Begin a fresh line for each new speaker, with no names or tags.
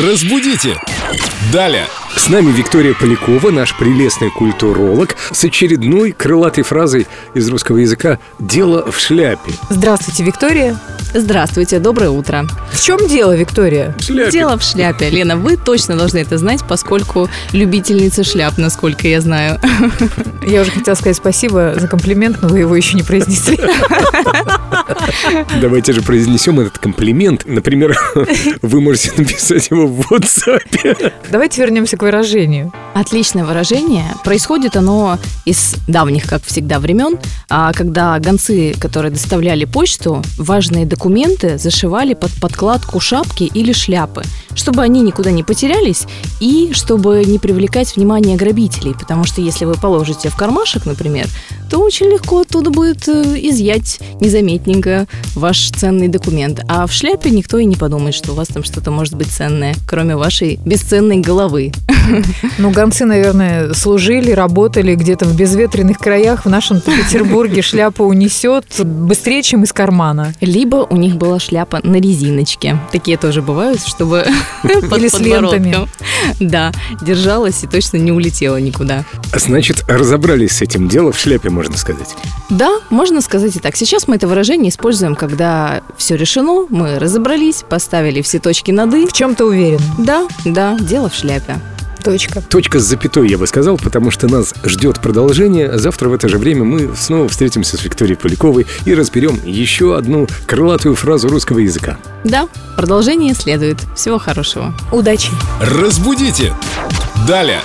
Разбудите! Далее!
С нами Виктория Полякова, наш прелестный культуролог, с очередной крылатой фразой из русского языка «дело в шляпе».
Здравствуйте, Виктория.
Здравствуйте, доброе утро.
В чем дело, Виктория?
В шляпе.
Дело в шляпе. Лена, вы точно должны это знать, поскольку любительница шляп, насколько я знаю.
Я уже хотела сказать спасибо за комплимент, но вы его еще не произнесли.
Давайте же произнесем этот комплимент. Например, вы можете написать его в WhatsApp.
Давайте вернемся к выражению.
Отличное выражение. Происходит оно из давних, как всегда, времен, а, когда гонцы, которые доставляли почту, важные документы зашивали под подкладку шапки или шляпы, чтобы они никуда не потерялись и чтобы не привлекать внимание грабителей, потому что если вы положите в кармашек, например, то очень легко оттуда будет э, изъять незаметненько ваш ценный документ. А в шляпе никто и не подумает, что у вас там что-то может быть ценное, кроме вашей бесценной головы.
Ну, гонцы, наверное, служили, работали где-то в безветренных краях. В нашем Петербурге шляпа унесет быстрее, чем из кармана.
Либо у них была шляпа на резиночке. Такие тоже бывают, чтобы под
Или с
подбородком.
лентами.
Да, держалась и точно не улетела никуда.
А Значит, разобрались с этим. Дело в шляпе, можно сказать.
Да, можно сказать и так. Сейчас мы это выражение используем, когда все решено, мы разобрались, поставили все точки над «и».
В чем-то уверен.
Да, да, дело в шляпе.
Точка.
Точка с запятой, я бы сказал, потому что нас ждет продолжение. Завтра в это же время мы снова встретимся с Викторией Поляковой и разберем еще одну крылатую фразу русского языка.
Да, продолжение следует. Всего хорошего.
Удачи.
Разбудите! Далее!